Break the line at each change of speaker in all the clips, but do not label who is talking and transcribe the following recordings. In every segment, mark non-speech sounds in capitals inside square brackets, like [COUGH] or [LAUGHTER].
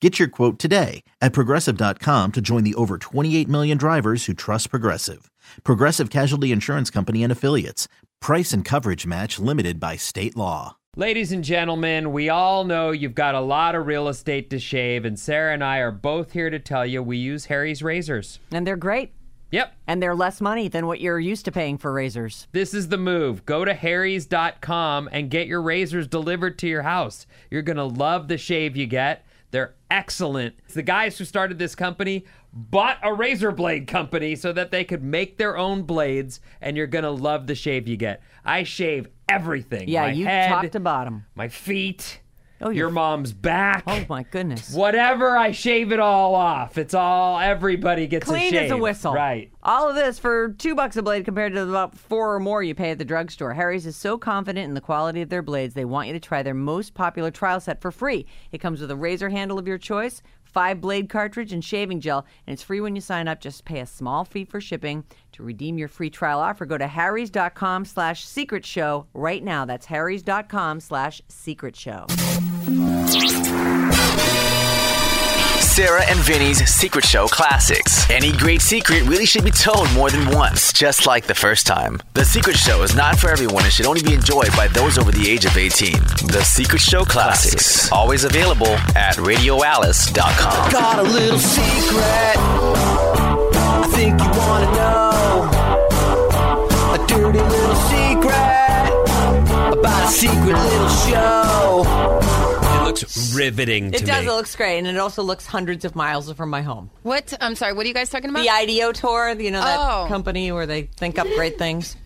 Get your quote today at progressive.com to join the over 28 million drivers who trust Progressive. Progressive Casualty Insurance Company and Affiliates. Price and coverage match limited by state law.
Ladies and gentlemen, we all know you've got a lot of real estate to shave, and Sarah and I are both here to tell you we use Harry's razors.
And they're great.
Yep,
And they're less money than what you're used to paying for razors.
this is the move. Go to harrys.com and get your razors delivered to your house. You're going to love the shave you get. They're excellent. The guys who started this company bought a razor blade company so that they could make their own blades, and you're going to love the shave you get. I shave everything.
Yeah,
my
you
head,
top to bottom.
my feet,
Oh,
your
your-
mom's back.
Oh my goodness.
Whatever, I shave it all off. It's all everybody gets a
Clean
shave.
as a whistle.
Right.
All of this for two bucks a blade compared to about four or more you pay at the drugstore. Harry's is so confident in the quality of their blades, they want you to try their most popular trial set for free. It comes with a razor handle of your choice, five blade cartridge, and shaving gel, and it's free when you sign up. Just pay a small fee for shipping. To redeem your free trial offer, go to harrys.com slash secret show right now. That's harrys.com slash secret show.
Sarah and Vinny's Secret Show Classics. Any great secret really should be told more than once, just like the first time. The Secret Show is not for everyone and should only be enjoyed by those over the age of 18. The Secret Show Classics, always available at radioalice.com. Got a little secret I think you want to know. A dirty little secret about a secret little show.
It looks riveting to
It does.
me.
It looks great, and it also looks hundreds of miles from my home.
What? I'm sorry. What are you guys talking about?
The IDEO tour, you know that
Oh.
company where they think up great things.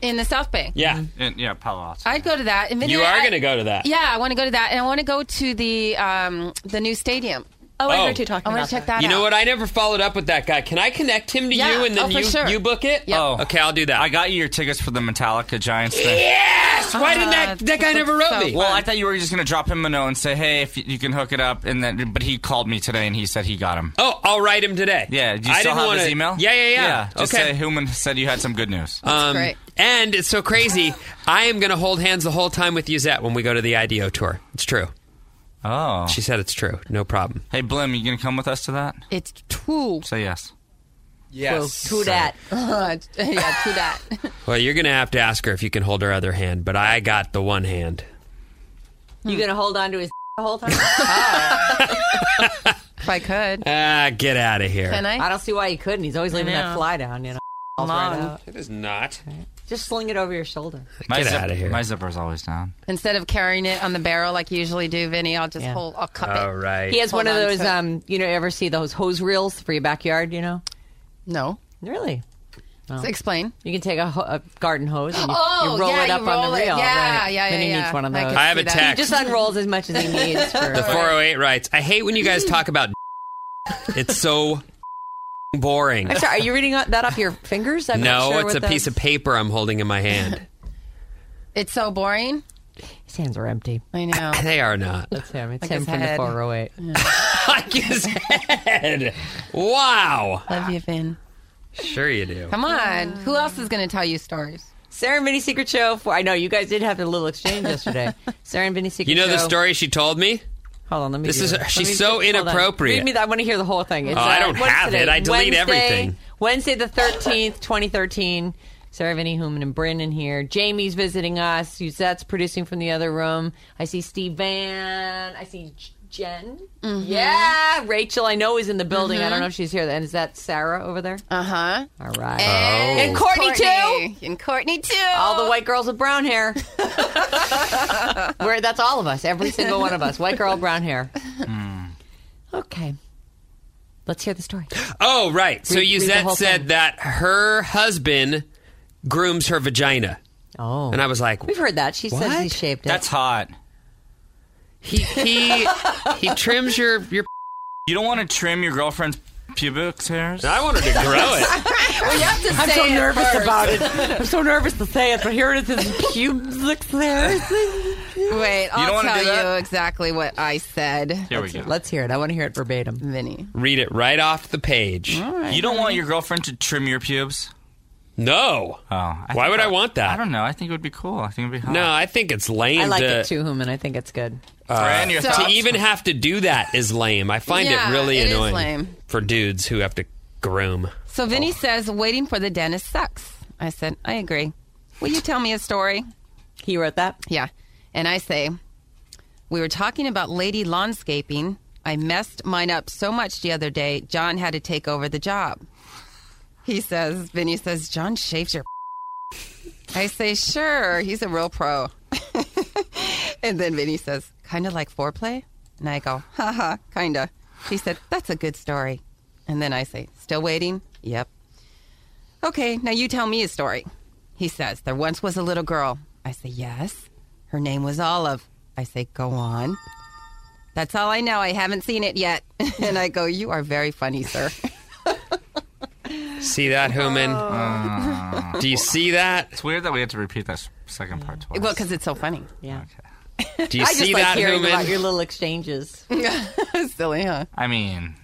In the South Bay.
yeah.
And, yeah, Palo Alto.
I'd go to that. And then
You are
I-
going to go to that.
Yeah, I want to go to that, and I want to go to the um, the new stadium.
Oh, I
Oh.
heard you talking
I want
about
to check
that.
that.
You
out.
know what? I never followed up with that guy. Can I connect him to
Yeah.
you and
Oh,
then
for
you
sure.
you book it?
Yep.
Oh, okay, I'll do that.
I got you your tickets for the Metallica Giants thing.
yes. Why didn't that
Uh,
that guy never wrote
so
me?
fun.
Well, I thought you were just gonna drop him a note and say, "Hey, if you, you can hook it up," and then, but he called me today and he said he got him.
Oh, I'll write him today.
Yeah, do you
I
still
didn't
have
wanna,
his email?
Yeah, yeah, yeah.
just
okay.
say Human said you had some good news.
um,
great.
And it's so crazy. I am going to hold hands the whole time with Yuzette when we go to the IDEO tour. It's true.
oh,
She said it's true. No problem.
hey Blim, you gonna come with us to that?
It's true.
Say yes.
Yes.
Who dat?
[LAUGHS] yeah, true that.
Well, you're going to have to ask her if you can hold her other hand, but I got the one hand.
You
Hmm.
gonna hold on to his [LAUGHS] the whole
[LAUGHS]
time?
if I could,
Ah, get out of here.
can I?
I don't see why you couldn't. He's always leaving that
know.
fly down. You know, Falls right out.
It is not.
just sling it over your shoulder.
My
Get outta here.
My zipper's always down.
Instead of carrying it on the barrel like you usually do, Vinny, I'll just
Yeah.
hold. I'll cup
All
it.
right.
He has one
Hold
of
on
those.
to it.
Um, you know, ever see those hose reels for your backyard? You know,
No.
really,
So Explain.
you can take a, ho- a garden hose and you,
Oh,
you roll
yeah,
it up
you
on
roll
the
it.
reel.
Yeah,
right?
yeah,
Then he
yeah,
needs
yeah.
one of
I
those.
can
I have
see
a
that.
text.
He just unrolls as much
[LAUGHS]
as he needs. For,
The 408 writes, I hate when you guys talk about [LAUGHS] It's so [LAUGHS] boring.
I'm sorry. Are you reading that off your fingers? I'm not
No,
sure
it's a
what
piece of
those-
paper I'm holding in my
[LAUGHS]
hand.
It's so boring.
His hands are empty.
I know.
They are not.
It's him. It's
Like
him
his
from the
head.
408.
Like his head. Wow.
Love you, Vin.
Sure you do.
Come on. Who else is going to tell you stories?
Sarah and Vinny Secret Show. For, I know you guys did have a little exchange [LAUGHS] yesterday. Sarah and Vinny Secret
You know
Show.
the story she told me?
Hold on, let me.
This
do
is-
Let
she's
me
so
hold on.
inappropriate.
Read me that. I want to hear the whole thing. It's, uh,
Oh, I don't
what is
have
today?
it. I delete
Wednesday,
everything.
Wednesday the thirteenth, twenty thirteen. Sarah Vinny Human and Brennan here. Jamie's visiting us. Yuzette's producing from the other room. I see Steve Van. I see J- Jen. Yeah, Rachel. I know is in the building. I don't know if she's here. And is that Sarah over there?
Uh huh.
All right.
Oh.
And
Courtney, too?
And Courtney too.
All the white girls with brown [LAUGHS] hair. Where that's all of us, every single one of us. White girl, brown hair. Hmm. Okay. Let's hear the story.
Oh, right. So
Read- read the
Yuzette
whole
said
thing.
that her husband grooms her vagina.
Oh.
And I was like,
We've heard that. She says he shaped it.
That's hot.
he he, he trims your your
You don't want to trim your girlfriend's pubic
[LAUGHS]
hairs?
I wanted to grow it.
Well, you have to
I'm
say
so
it
nervous
first.
about it. I'm so nervous to say it, but here it is. It's pubic [LAUGHS] hairs.
Wait,
don't
I'll
wanna
tell
do that?
you exactly what I said,
Here we go.
Let's hear it. I want to hear it verbatim.
Vinny.
Read it right off the page.
You don't want your girlfriend to trim your pubes?
No.
Oh, I
Why
think
would Uh, I want that?
I don't know. I think it would be cool. I think it would be hot.
No, I think it's lame
I like
to,
it too, Human. I think it's good.
Fran, your
so-
to
thoughts?
even have to do that is lame. I find
Yeah,
it really
it is
annoying
lame.
for dudes who have to groom.
So Vinny says, waiting for the dentist sucks. I said, I agree. Will you tell me a story?
He wrote that.
Yeah. And I say, we were talking about lady landscaping. I messed mine up so much the other day, John had to take over the job. He says, Vinny says, John shaves your. [LAUGHS] I say, sure, he's a real pro. [LAUGHS] and then Vinny says, kind of like foreplay? And I go, haha, kind of. He said, that's a good story. And then I say, still waiting? Yep. Okay, now you tell me a story. He says, There once was a little girl. I say, Yes. Her name was Olive. I say, Go on. That's all I know. I haven't seen it yet. [LAUGHS] and I go, You are very funny, sir.
See that, Human?
Oh.
Do you see that?
It's weird that we had to repeat that s- second part
[LAUGHS]
twice.
well, because it's so funny.
Yeah.
Do you
I just
see
like
that,
hearing
Human?
about your little exchanges.
[LAUGHS] Silly, huh?
I mean,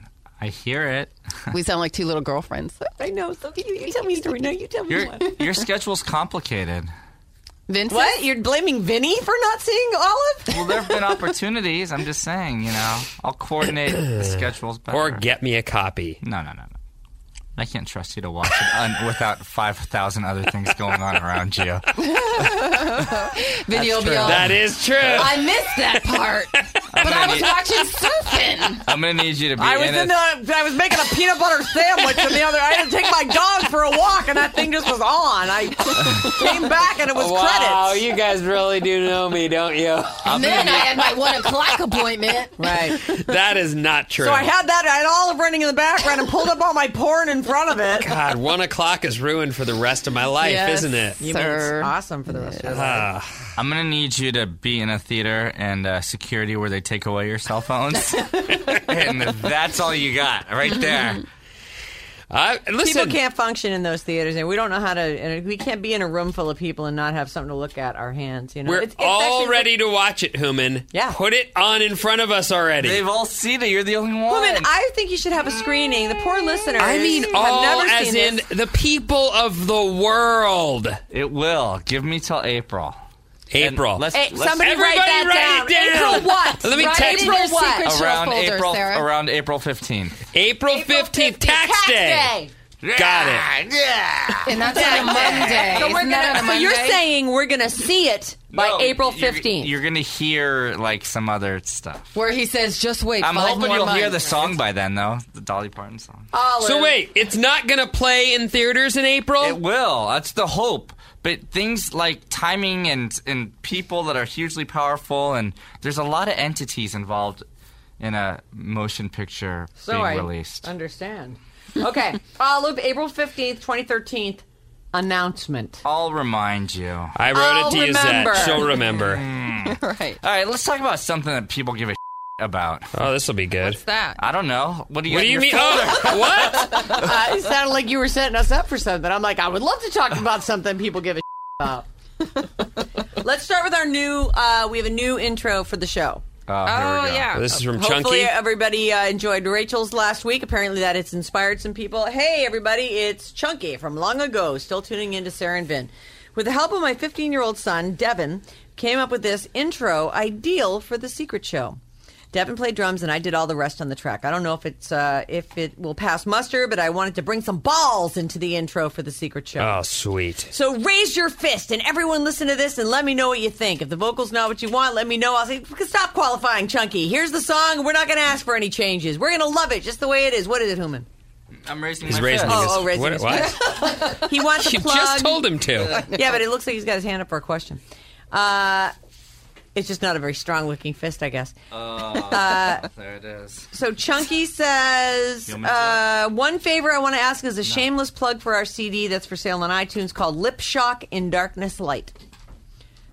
I
[LAUGHS]
hear it.
We sound like two little girlfriends.
I know. So you, you tell me a story. No, you tell me
Your
one.
your schedule's complicated.
Vincent?
What? You're blaming Vinny for not seeing Olive?
Well, there have been opportunities. I'm just saying, you know, I'll coordinate the schedules better.
Or get me a copy.
no, no, no, no. I can't trust you to watch it un- without five thousand other things going on around you.
Video be all,
That is true.
I missed that
[LAUGHS]
part. but I was watching surfing.
I'm gonna need you to be
I was
in
in
it.
the. I was making a peanut butter sandwich, and the other. I had to take my dog for a walk, and that thing just was on. I came back, and it was credits.
you guys really do know me, don't you?
And then I had my one o'clock appointment.
[LAUGHS]
Right.
[LAUGHS] that is not true.
So I had that. I had Olive running in the background, and pulled up all my porn in front of it.
God, one o'clock is ruined for the rest of my life,
Yes.
isn't it?
You mean it's
Sir.
awesome for the rest of your life.
Ah,
I'm gonna need you to be in a theater and uh, security where they take away your
[LAUGHS]
cell phones, and that's all you got right there.
I,
People
listen,
can't function in those theaters, and we don't know how to. And we can't be in a room full of people and not have something to look at our hands. You know,
we're
It's- it's
all
actually-
ready to watch it, Human.
Yeah.
Put it on in front of us already.
They've all seen it. You're the only one.
Woman, I think you should have a screening. The poor listeners.
I mean,
have
all
never
as
seen
in
this.
the people of the world.
it will. Give me till April.
April.
And let's,
Hey,
let's-
somebody
Everybody
write that
write it
down.
down.
April what?
Let me
Write
text
it in your
April what?
secret-
around
folder,
April
Sarah.
around April 15th.
April fifteenth, tax, day. Got it.
And that's [LAUGHS] on a Monday.
So, we're
Isn't that
gonna,
on
so
a
you're
Monday?
saying we're going to see it by
No,
April
you're-
15th.
You're, going to hear like some other stuff.
Where he says, just wait.
I'm
five
hoping
more
you'll hear the
months."
song by then, though. The Dolly Parton song.
Olive.
So wait, it's not going to play in theaters in April.
It will. That's the hope. But things like timing and and people that are hugely powerful and there's a lot of entities involved in a motion picture
so
being
I
released.
understand. [LAUGHS] Okay. Olive, April 15th, 2013, announcement.
I'll remind you. All
I wrote
I'll
it to you,
remember.
Zach. She'll remember.
Right.
right, let's talk about something that people give a about.
Oh, this will be good.
What's that?
I don't know. What do you?
What do
got
you
in your
mean? [LAUGHS] Oh, what?
[LAUGHS] Uh, it sounded like you were setting us up for something. I'm like, I would love to talk about something people give a about. [LAUGHS] Let's start with our new. Uh, we have a new intro for the show.
Oh, here
Oh
we go.
yeah.
This is from
Hopefully,
Chunky.
everybody uh, enjoyed Rachel's last week. Apparently, that it's inspired some people. Hey, everybody, it's Chunky from long ago, still tuning in to Sarah and Vin. With the help of my 15 year old son, Devin, came up with this intro ideal for the secret show. Devin played drums and I did all the rest on the track. I don't know if it's uh, if it will pass muster, but I wanted to bring some balls into the intro for the secret show.
Oh, sweet.
So raise your fist and everyone listen to this and let me know what you think. If the vocal's not what you want, let me know. I'll say, stop qualifying, Chunky. Here's the song. We're not going to ask for any changes. We're going to love it just the way it is. What is it, Human?
I'm raising
He's
my
raising
fist.
his.
oh, raising
what,
his
what?
He
[LAUGHS]
wants
you
a plug.
just told him to.
Yeah, but it looks like he's got his hand up for a question. Uh, it's just not a very strong looking fist, I guess.
Oh. Uh, There it is.
So Chunky says,
Human's
uh, one favor I want to ask is a shameless plug for our CD that's for sale on iTunes called Lip Shock in Darkness Light.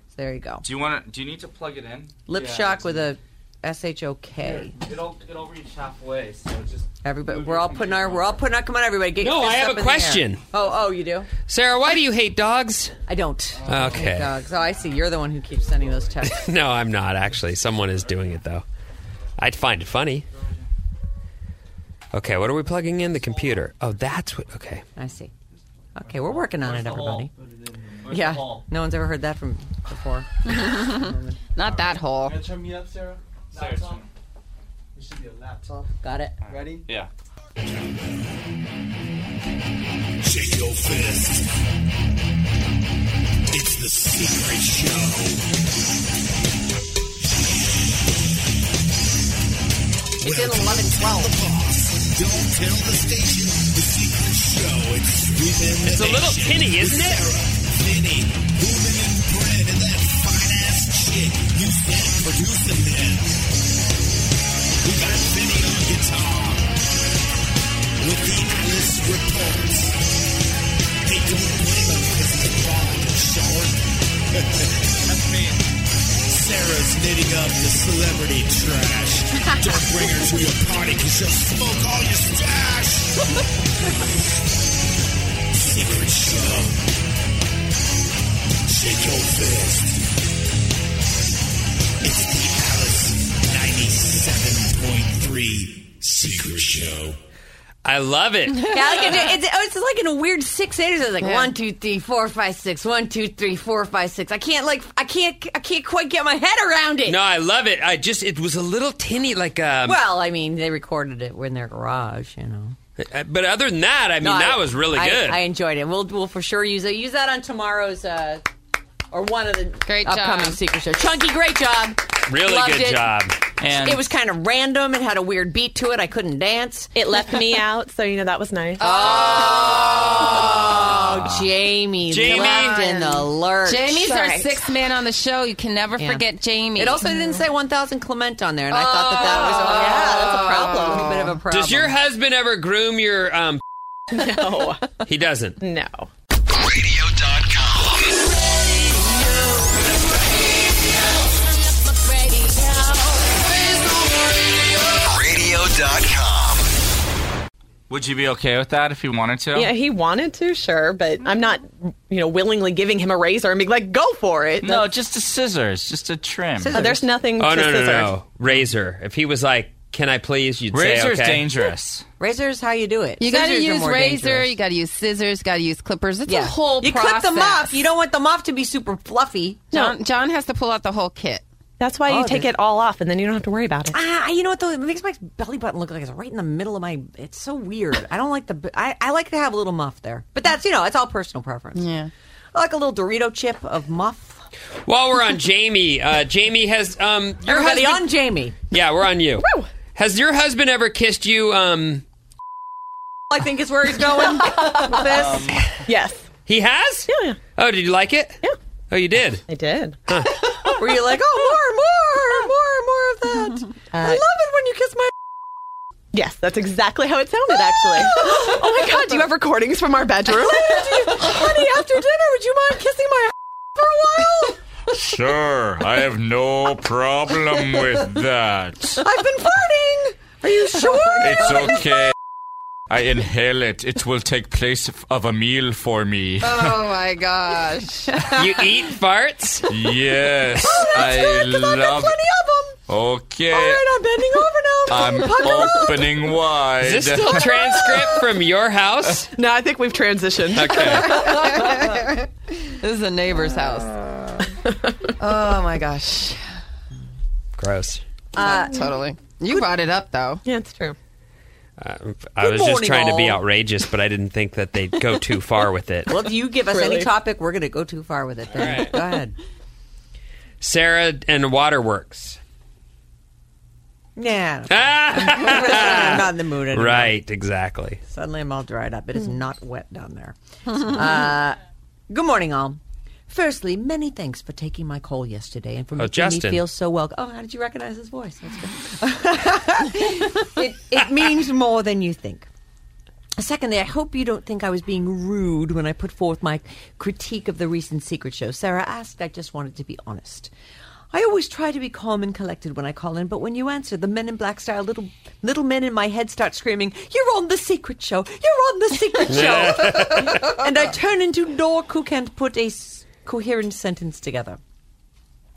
So there you go.
Do you want to? Do you need to plug it in?
Lip Shock with a S H O K.
It'll it'll reach halfway, so just
Everybody, we're all putting our, we're all putting our, come on, everybody, get your
No, I
fists
have a
up in the air.
question.
Oh, oh, you do?
Sarah, why do you hate dogs?
I don't.
Okay.
Dogs. Oh, I see. You're the one who keeps sending
[LAUGHS]
those texts.
No, I'm not actually. Someone is doing it though. I'd find it funny. Okay, what are we plugging in? The computer. Oh, that's what. Okay.
I see. Okay, we're working on it, everybody. Yeah, no one's ever heard that from before.
Not that hole.
Turn me up, Sarah.
Sarah,
This should be a laptop.
Got it.
Ready?
yeah.
Shake your fist. It's the secret show.
It's in 11
[LAUGHS]
12.
Don't tell the station the secret show. It's Ruben
It's a little tinny, isn't it?
Vinny, Ruben and Brent, and that fine ass chick you said producing them. We got Vinny on guitar with the Alice Report. Hey, don't blame him 'cause he's bald and short. Sarah's knitting up the celebrity trash. Don't bring her to your party because she'll smoke all your stash. Secret show. Shake your fist. It's the Alice 97.3 Secret Show.
I love it.
Yeah, like it's, it's, oh, it's like in a weird six eighters. It's like
Yeah.
one, two, three, four, five, six. One, two, three, four, five, six. I can't like I can't I can't quite get my head around it.
No, I love it. I just it was a little tinny, like um.
Well, I mean, they recorded it in their garage, you know.
uh, but other than that, I mean,
No,
that
I-
was really
I-
good.
I enjoyed it. We'll we'll for sure use it. Use that on tomorrow's uh, or one of the
Great
upcoming
job.
secret show. Chunky, great job.
really
loved
good
it.
job.
And
It was kind of random. It had a weird beat to it. I couldn't dance.
It left
[LAUGHS]
me out, so you know that was nice.
Oh, Jamie,
Ah. Jamie.
left in the lurch.
Jamie's our
Sorry.
sixth man on the show. You can never
Yeah.
forget Jamie.
It also didn't say 1,000 Clement on there, and I thought that that was oh, yeah, that's a problem, a bit of a problem.
Does your husband ever groom your
[LAUGHS]
um? No, he doesn't.
no.
Oh.
Radio.com. Radio.com.
would you be okay with that if you wanted to?
Yeah, he wanted to, sure, but I'm not, you know, willingly giving him a razor and being like, "Go for it."
No, just a scissors, just a trim.
Uh, there's nothing.
Oh
to
no no
scissor.
no razor. If he was like, "Can I please?" You'd
Razor's
say okay.
dangerous.
Razor's how you do it.
you got to
Scissors are
use
more
razor,
dangerous.
you got to use scissors, you got to use clippers. It's
yeah.
a whole
You
process.
clip the muff. You don't want the muff to be super fluffy.
John, John has to pull out the whole kit.
That's why you
Oh,
take
there's-
it all off, and then you don't have to worry about it.
Ah, you know what though? It makes my belly button look like it's right in the middle of my. It's so weird. I don't like the. I, I like to have a little muff there, but that's you know it's all personal preference.
Yeah.
I like a little Dorito chip of muff.
While we're on Jamie, uh, Jamie has um. Your
Everybody
husband,
on Jamie.
Yeah, we're on you.
Woo.
Has your husband ever kissed you? Um,
I think is where he's [LAUGHS] going with this.
Yes,
he has.
Yeah, yeah.
Oh, did you like it?
Yeah.
Oh, you did.
I [LAUGHS] did.
Were you like, oh, more, more, more, more [LAUGHS] of that? I love it when you kiss my.
Yes, that's exactly how it sounded,
Ah.
actually. oh my god, do
[LAUGHS]
you have recordings from our bedroom?
Honey, after dinner, would you mind kissing my for a while?
Sure, I have no problem with that.
I've been farting. Are you sure?
It's okay. I inhale it. It will take place of a meal for me.
Oh my [LAUGHS]
[LAUGHS]
gosh.
You eat farts.
Yes,
Oh,
I
Because I've got
love.
plenty of them. All
Okay,
right, I'm bending over
[LAUGHS]
now.
I'm
Buckle up.
opening
[LAUGHS]
wide.
Is this
[LAUGHS]
still transcript from your house?
no, I think we've transitioned.
okay.
This is a neighbor's house. [LAUGHS] oh my gosh.
Gross.
uh,
totally. You brought it up though.
Yeah, it's true.
I was just
morning,
trying to be
all.
outrageous, but I didn't think that they'd go [LAUGHS] too far with it.
Well, if you give us any
Really?
topic, we're going to go too far with it. Then
All right.
go ahead.
Sarah and Waterworks. [LAUGHS]
Yeah,
Ah,
I'm not in the mood anymore.
right, exactly.
Suddenly I'm all dried up. It is not wet down there. uh, good morning, all. Firstly, many thanks for taking my call yesterday and for making me
Justin.
feel so welcome. Oh, how did you recognize his voice? That's good. [LAUGHS] it, it means more than you think. Secondly, I hope you don't think I was being rude when I put forth my critique of the recent Secret Show. Sarah asked, I just wanted to be honest. I always try to be calm and collected when I call in, but when you answer, the men in black style little little men in my head start screaming, "You're on the secret show! You're on the secret show!" and I turn into Nork who can't put a s- coherent sentence together.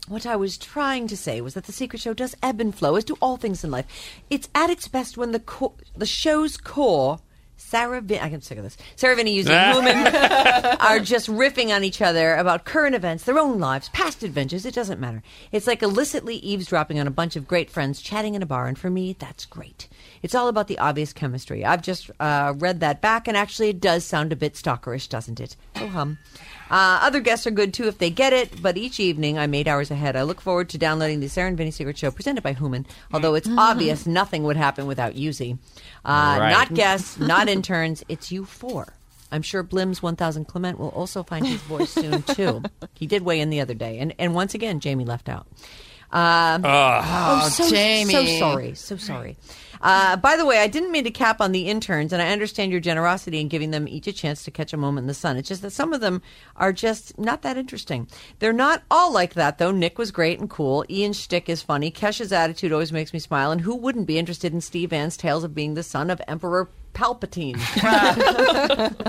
What I was trying to say was that the secret show does ebb and flow, as do all things in life. It's at its best when the co- the show's core, Sarah, Vin- I'm sick of this. Sarah Vinny using women [LAUGHS] are just riffing on each other about current events, their own lives, past adventures. It doesn't matter. It's like illicitly eavesdropping on a bunch of great friends chatting in a bar, and for me, that's great. It's all about the obvious chemistry. I've just uh, read that back, and actually, it does sound a bit stalkerish, doesn't it? Oh hum. Uh, other guests are good too if they get it, but each evening I'm eight hours ahead. I look forward to downloading the Sarah and Vinny Secret Show presented by Human, although it's obvious nothing would happen without Yuzi. Uh,
Right.
Not guests, not [LAUGHS] interns, it's you four. I'm sure Blim's 1000 Clement will also find his voice soon, too. he did weigh in the other day. And, and once again, Jamie left out. Um,
Ugh.
oh,
Oh,
so,
Jamie.
so sorry. So sorry. Uh, by the way, I didn't mean to cap on the interns, and I understand your generosity in giving them each a chance to catch a moment in the sun. It's just that some of them are just not that interesting. They're not all like that, though. Nick was great and cool. Ian's shtick is funny. Kesha's attitude always makes me smile. And who wouldn't be interested in Steve Ann's tales of being the son of Emperor Palpatine?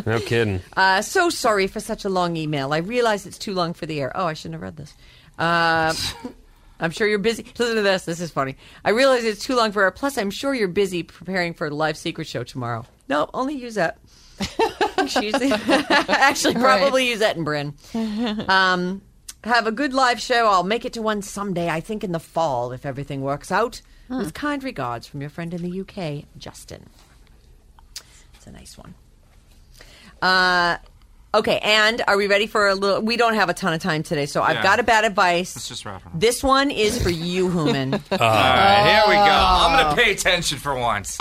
No kidding.
Uh, so sorry for such a long email. I realize it's too long for the air. Oh, I shouldn't have read this. Uh, I'm sure you're busy. Listen to this. This is funny. I realize it's too long for air. Plus, I'm sure you're busy preparing for the live secret show tomorrow. No, only use that. Excuse me. [LAUGHS] Actually, probably use that and Bryn. Um, have a good live show. I'll make it to one someday. I think in the fall, if everything works out. With kind regards from your friend in the UK, Justin. It's a nice one. Uh, okay, and are we ready for a little? We don't have a ton of time today, so I've
Yeah.
got a bad advice.
Let's just wrap it up.
This one is for you, Human.
All right, here we go. I'm
Ah.
gonna pay attention for once.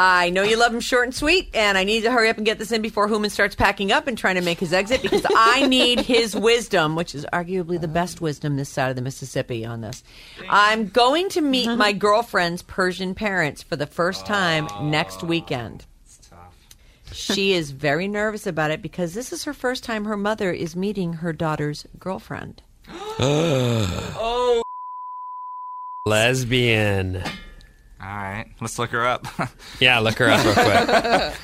I know you love him short and sweet, and I need to hurry up and get this in before Human starts packing up and trying to make his exit because I need his wisdom, which is arguably the best wisdom this side of the Mississippi on this. I'm going to meet my girlfriend's Persian parents for the first time next weekend. She is very nervous about it because this is her first time her mother is meeting her daughter's girlfriend.
oh,
Lesbian.
All right, let's look her up. [LAUGHS]
Yeah, look her up real quick.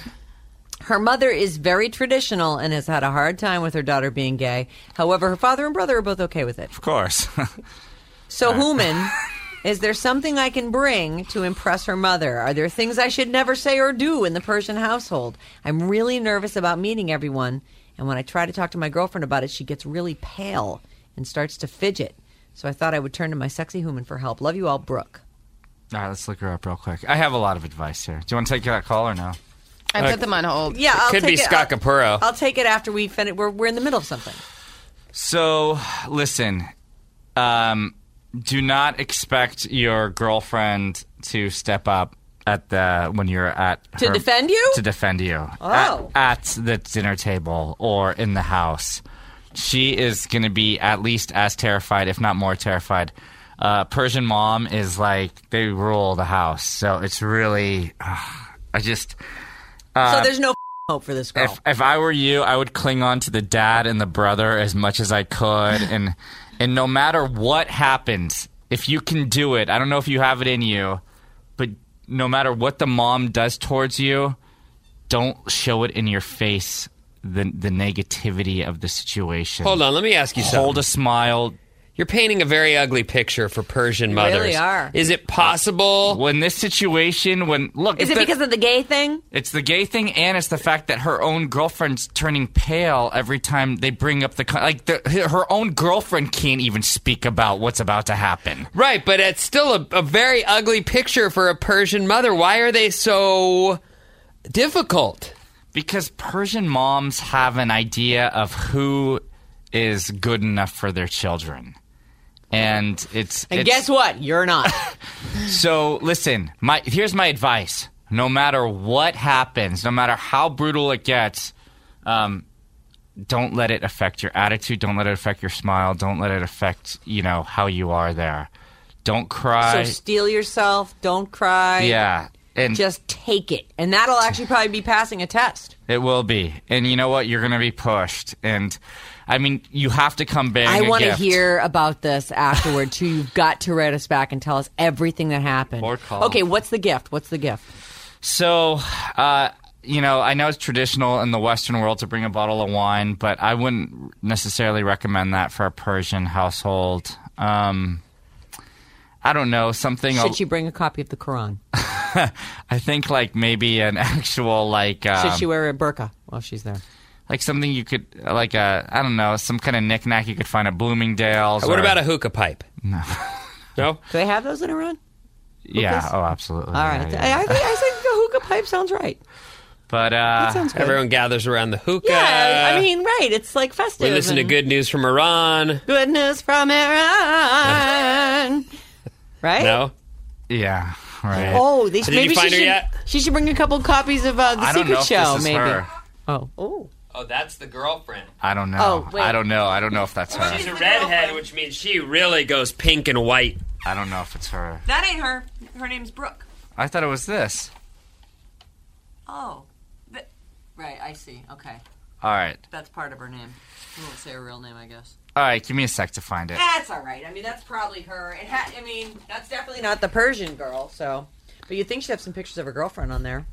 Her mother is very traditional and has had a hard time with her daughter being gay. However, her father and brother are both okay with it.
of course. [LAUGHS]
So, [LAUGHS] Human, is there something I can bring to impress her mother? Are there things I should never say or do in the Persian household? I'm really nervous about meeting everyone, and when I try to talk to my girlfriend about it, she gets really pale and starts to fidget. So I thought I would turn to my sexy human for help. Love you all, Brooke.
All right, let's look her up real quick. I have a lot of advice here. Do you want to take that call or no?
I put them on hold.
Yeah, I'll
Could
take
be
it.
Scott
I'll-
Capurro.
I'll take it after we finish. We're, we're in the middle of something.
So, listen, um, do not expect your girlfriend to step up at the when you're at
To defend you?
to defend you
Oh.
at, at the dinner table or in the house. She is going to be at least as terrified, if not more terrified. Uh, Persian mom is like they rule the house, so it's really. I just
so there's no hope for this
Oh.
girl.
if if I were you, I would cling on to the dad and the brother as much as I could, and and no matter what happens, if you can do it, I don't know if you have it in you, but no matter what the mom does towards you, don't show it in your face the the negativity of the situation.
[LAUGHS] Hold on, let me ask you something.
Hold a smile.
You're painting a very ugly picture for Persian mothers.
really are.
Is it possible?
When this situation, when look,
is
if
it
the-
because of the gay thing?
It's the gay thing, and it's the fact that her own girlfriend's turning pale every time they bring up the con- like. The, her own girlfriend can't even speak about what's about to happen.
Right, but it's still a, a very ugly picture for a Persian mother. Why are they so difficult?
Because Persian moms have an idea of who is good enough for their children. And it's
And
it's-
guess what? You're not.
[LAUGHS] So listen, my here's my advice. No matter what happens, no matter how brutal it gets, um, don't let it affect your attitude. Don't let it affect your smile. Don't let it affect you know how you are there. Don't
so
cry.
steal yourself. Don't cry.
yeah, And
Just take it, and that'll actually probably be passing a test.
It will be. And you know what? You're going to be pushed. And I mean, you have to come back.
I
want
to hear about this afterward too. You've got to write us back and tell us everything that happened.
Or call.
Okay, what's the gift? What's the gift?
So, uh, you know, I know it's traditional in the Western world to bring a bottle of wine, but I wouldn't necessarily recommend that for a Persian household. Um, I don't know something.
Should she bring a copy of the Quran?
I think like maybe an [LAUGHS] actual like. Um,
Should she wear a burqa while she's there?
like something you could like a I don't know some kind of knickknack you could find at Bloomingdale's.
What
or-
about a hookah pipe?
No.
No.
Do they have those in Iran?
Yeah. Oh, absolutely.
All right.
Yeah,
I,
yeah.
I, think, I think the hookah pipe sounds right.
But uh,
Everyone gathers around the hookah.
Yeah, I mean, right. It's like festive.
we listen to
and-
good news from Iran.
Good news from
[LAUGHS]
Iran. right?
No.
Yeah. Right.
Oh, they,
Did you
maybe
find
she
her
should.
yet?
She should bring a couple copies of uh, the
I don't
Secret
know if
Show,
this is
maybe.
her.
Oh, oh,
Oh, that's the girlfriend.
I don't know.
Oh, wait.
I don't know. I don't know if that's her.
She's a redhead, which means she really goes pink and white.
I don't know if it's her.
That ain't her. Her name's Brooke.
I thought it was this.
oh. Right, I see. Okay,
All right.
that's part of her name. We won't say her real name, I guess.
All right. Give me a sec to find it.
That's all right. I mean, that's probably her. It ha- I mean, that's definitely not the Persian girl. So, but you think she'd have some pictures of her girlfriend on there?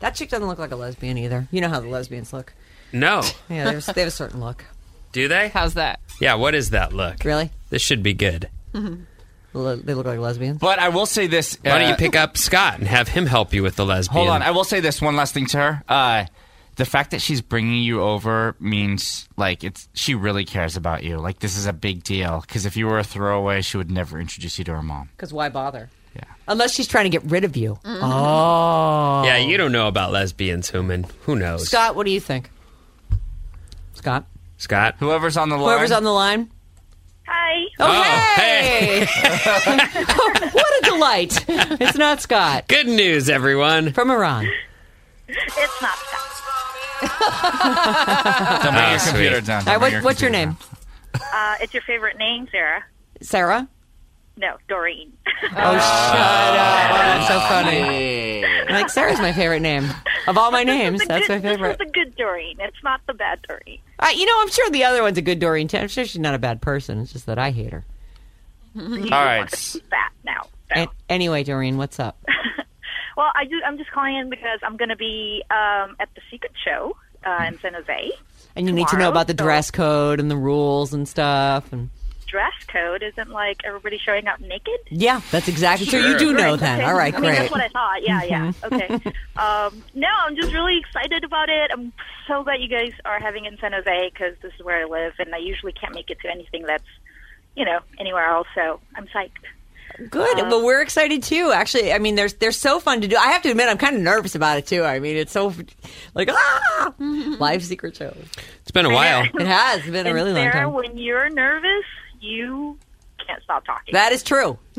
That chick doesn't look like a lesbian either. You know how the lesbians look.
No.
Yeah, they have a- they have a certain look.
Do they?
How's that?
Yeah, what is that look?
Really?
This should be good.
Le- they look like lesbians.
But I will say this.
Why don't
uh,
you pick up Scott and have him help you with the lesbian?
Hold on. I will say this one last thing to her. Uh, the fact that she's bringing you over means like it's she really cares about you. Like this is a big deal because if you were a throwaway, she would never introduce you to her mom.
Because why bother?
Yeah.
Unless she's trying to get rid of you. Oh.
yeah, you don't know about lesbians, Human. Who knows?
Scott, what do you think? Scott,
Scott?
Whoever's on the line.
whoever's on the line.
Hi.
Oh,
Oh,
hey! [LAUGHS] what a delight! It's not Scott
Good news, everyone.
from Iran.
It's not Scott.
Don't bring
Oh,
your
sweet.
computer down.
Ah, All right,
Don't bring
what, what's your
computer
name?
Uh, it's your favorite name, Sarah.
Sarah.
No, Doreen.
That's so funny.
down.
I'm like Sarah's my favorite name of all my names.
This is a
That's
good-
my favorite.
This is a good Doreen. It's not the bad Doreen.
I, you know, I'm sure the other one's a good Doreen. too. I'm sure she's not a bad person. It's just that I hate her.
All right.
That now. So.
An- anyway, Doreen, what's up?
well, I do, I'm just calling in because I'm going to be um, at the Secret Show uh, in San Jose.
And you need to know
Tomorrow,
about the
so-
dress code and the rules and stuff. And
Dress code isn't like everybody showing up naked.
yeah, that's exactly. So you do know then. All right,
I mean,
great. Mm-hmm.
that's what I thought. Yeah, yeah. Okay. [LAUGHS] Um, no, I'm just really excited about it. I'm so glad you guys are having it in San Jose because this is where I live, and I usually can't make it to anything that's, you know, anywhere else. So I'm psyched.
Good.
Uh,
well, we're excited too. Actually, I mean, they're they're so fun to do. I have to admit, I'm kind of nervous about it too. I mean, it's so like
[LAUGHS]
ah, live secret show.
It's been a while.
It has been a
and
really long
Sarah,
time.
when you're nervous, you can't stop talking.
That is true.
Oh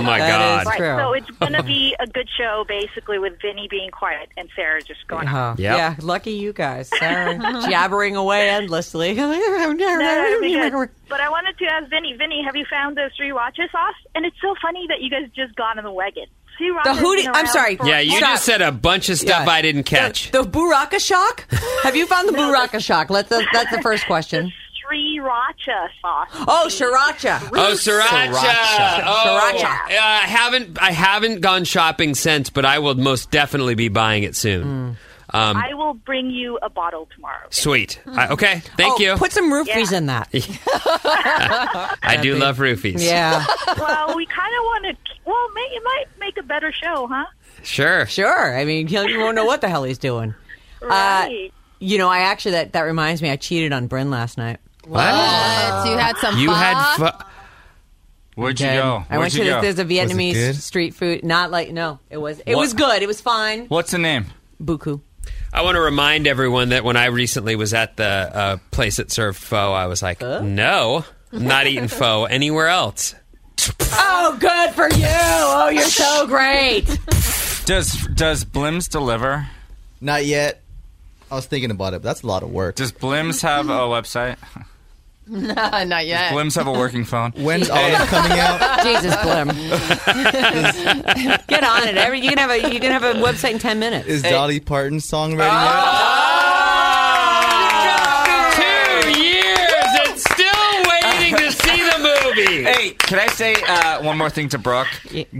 my
That is
God.
Right,
true. [LAUGHS]
so it's going to be a good show, basically, with Vinny being quiet and Sarah just going. on.
Uh-huh.
Yep.
Yeah, lucky you guys. Sarah [LAUGHS] jabbering away endlessly. [LAUGHS]
No, that'd be good. But I wanted to ask Vinny, Vinny, have you found those three watches sauce? And it's so funny that you guys just got in the wagon. See,
The hootie- I'm sorry.
Yeah, you
Stop.
just said a bunch of stuff
Yeah.
I didn't catch.
The buraka shock? Have you found the buraka shock? Let's, that's, that's the first question.
Sriracha sauce.
Oh, sriracha.
Oh, sriracha!
Sriracha.
Oh,
Sriracha.
uh, I haven't. I haven't gone shopping since, but I will most definitely be buying it soon. Um,
I will bring you a bottle
[LAUGHS]
tomorrow.
sweet. I- okay, thank
Oh,
you.
Put some roofies in that.
[LAUGHS] I do love roofies.
Yeah,
well, we kind of want to. Well, may, it might make a better show, huh?
sure.
sure. I mean, he'll- you won't know what the hell he's doing. Uh,
Right.
You know, I actually, that, that reminds me, I cheated on Bryn last night.
What?
But you had some
You
pho?
had. Fu-
Where'd you
Did.
go?
I went
Where'd you
to this,
go?
there's a Vietnamese
good?
street food. Not like, no, it was, it
What?
was good. It was fine.
What's the name?
Buku.
I want to remind everyone that when I recently was at the uh, place that served pho, I was like, no, I'm not eating pho anywhere else.
Oh, good for you. Oh, you're so great.
Does Does Blims deliver?
Not yet. I was thinking about it, but that's a lot of work.
Does Blims have a website?
Not yet.
Blims have a working
[LAUGHS]
phone.
When's Olive coming out?
[LAUGHS] Jesus, Blim. Get on it. Every you can have a you can have a website in ten minutes.
Is
Hey.
Dolly Parton's song ready
Oh.
Two years and still waiting to see the movie.
Hey, can I say uh, one more thing to Brooke?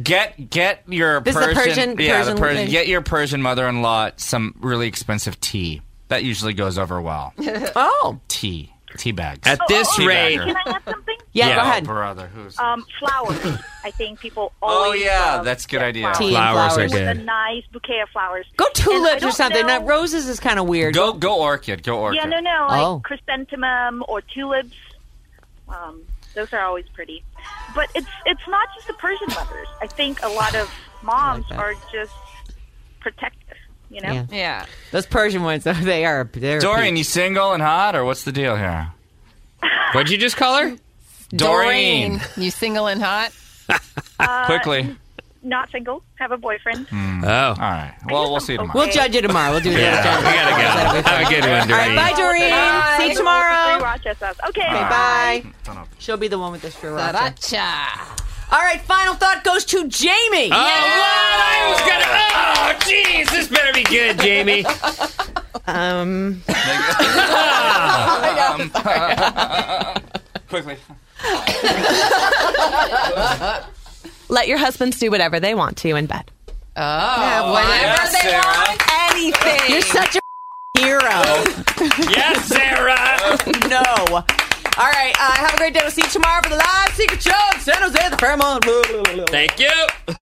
Get get your
This is the
Persian,
Persian-
yeah,
Persian
the Persian.
thing.
Get your Persian mother-in-law some really expensive tea. That usually goes
[LAUGHS]
over well.
oh,
Tea, tea bags.
At this
Tea
rate-
bagger.
Oh, Can I add something?
Yeah, go ahead.
Oh, brother, who's?
Um,
[LAUGHS]
flowers. I think people
Oh
always.
yeah,
love
that's a good idea.
flowers. With A nice bouquet of flowers.
Go
tulips
or something. Now roses is kind of weird.
Go go orchid. Go orchid.
Yeah, no, no, like
Oh.
chrysanthemum or tulips. Um, those are always pretty. But it's it's not just the Persian mothers. I think a lot of moms are just protective. You know.
Yeah.
yeah.
Those Persian ones, though, they are. They're
Doreen, you single and hot, or what's the
[LAUGHS]
deal here? What'd you just call her? Doreen.
You single and hot?
Uh,
Quickly.
Not single. Have a boyfriend.
Oh. All right. Well, we'll see you tomorrow.
We'll judge you tomorrow. We'll do that.
Yeah, we gotta go. Have a good one,
All right, bye,
Doreen.
Doreen.
Bye.
See you tomorrow.
Okay.
Okay, bye. She'll be the one with the sriracha. All right, final thought goes to Jamie.
Oh, I was gonna. Oh, jeez, this better be good, Jamie.
Um.
Quickly.
Let your husbands do whatever they want to in bed.
Oh,
whatever they
want,
anything.
[LAUGHS]
You're such a hero.
[LAUGHS] yes, Sarah.
no. All right. Uh, have a great day. We'll see you tomorrow for the live secret show in San Jose, the Fairmont.
Thank you.